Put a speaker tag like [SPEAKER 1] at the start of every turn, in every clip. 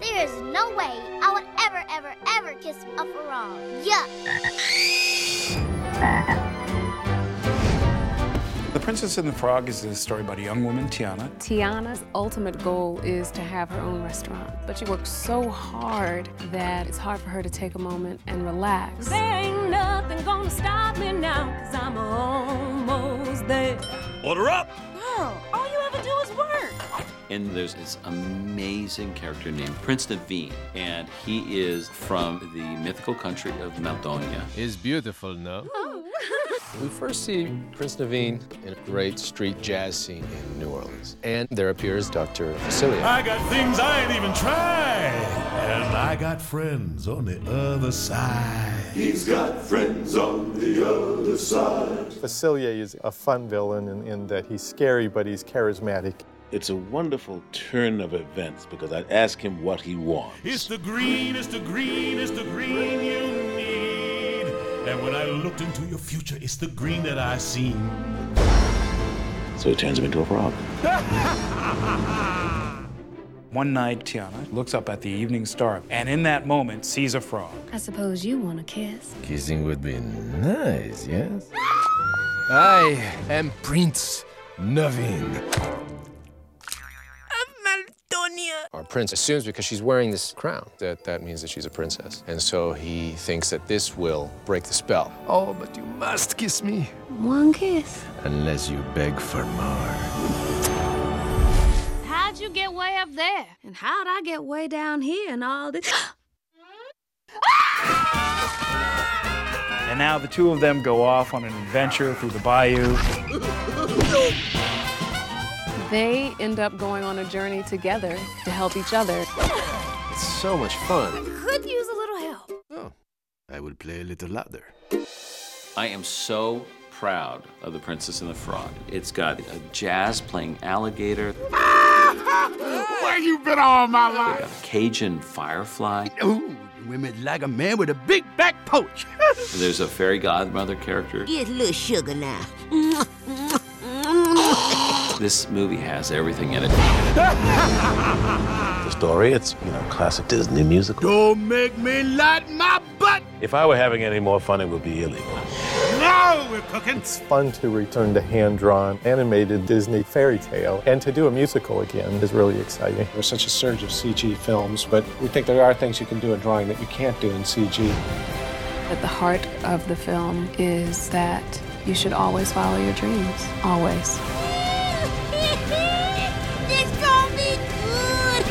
[SPEAKER 1] There's no way I would ever, ever, ever kiss a frog. Yuck!
[SPEAKER 2] The Princess and the Frog is a story about a young woman, Tiana.
[SPEAKER 3] Tiana's ultimate goal is to have her own restaurant, but she works so hard that it's hard for her to take a moment and relax.
[SPEAKER 4] There ain't nothing gonna stop me now, cause I'm almost there.
[SPEAKER 5] Order up!
[SPEAKER 4] Girl, all you ever do is work.
[SPEAKER 6] And there's this amazing character named Prince Naveen, and he is from the mythical country of Maldonia.
[SPEAKER 7] It's beautiful, no?
[SPEAKER 4] Oh.
[SPEAKER 7] We first see Prince Naveen in a great street jazz scene in New Orleans. And there appears Dr. Facilio.
[SPEAKER 5] I got things I ain't even tried. And I got friends on the other side.
[SPEAKER 8] He's got friends on the other side.
[SPEAKER 9] Facilier is a fun villain in, in that he's scary, but he's charismatic.
[SPEAKER 10] It's a wonderful turn of events because I ask him what he wants.
[SPEAKER 5] It's the green, it's the green, it's the green you need. And when I looked into your future, it's the green that I seen.
[SPEAKER 10] So it turns him into a frog.
[SPEAKER 2] One night, Tiana looks up at the evening star and in that moment sees a frog.
[SPEAKER 11] I suppose you want a kiss.
[SPEAKER 7] Kissing would be nice, yes? I am Prince Naveen. Our prince assumes because she's wearing this crown that that means that she's a princess. And so he thinks that this will break the spell. Oh, but you must kiss me.
[SPEAKER 11] One kiss.
[SPEAKER 7] Unless you beg for more.
[SPEAKER 11] How'd you get way up there? And how'd I get way down here and all this?
[SPEAKER 2] And now the two of them go off on an adventure through the bayou.
[SPEAKER 3] They end up going on a journey together to help each other.
[SPEAKER 7] It's so much fun.
[SPEAKER 1] Could use a little help.
[SPEAKER 7] Oh, I will play a little louder.
[SPEAKER 6] I am so proud of The Princess and the Frog. It's got a jazz playing alligator.
[SPEAKER 12] Where you been all my
[SPEAKER 6] We got
[SPEAKER 12] life?
[SPEAKER 6] a Cajun firefly.
[SPEAKER 12] Ooh, women like a man with a big back poach.
[SPEAKER 6] There's a fairy godmother character.
[SPEAKER 13] Get a little sugar now.
[SPEAKER 6] This movie has everything in it.
[SPEAKER 10] The story, it's, you know, classic Disney musical.
[SPEAKER 12] Don't make me light my butt.
[SPEAKER 10] If I were having any more fun, it would be illegal.
[SPEAKER 12] Now we're cooking.
[SPEAKER 9] It's fun to return to hand drawn, animated Disney fairy tale, and to do a musical again is really exciting.
[SPEAKER 14] There's such a surge of CG films, but we think there are things you can do in drawing that you can't do in CG.
[SPEAKER 3] At the heart of the film is that you should always follow your dreams. Always.
[SPEAKER 1] this gonna be good.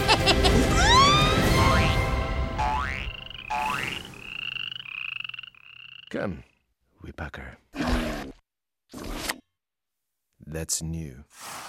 [SPEAKER 7] Come, Whippucker. That's new.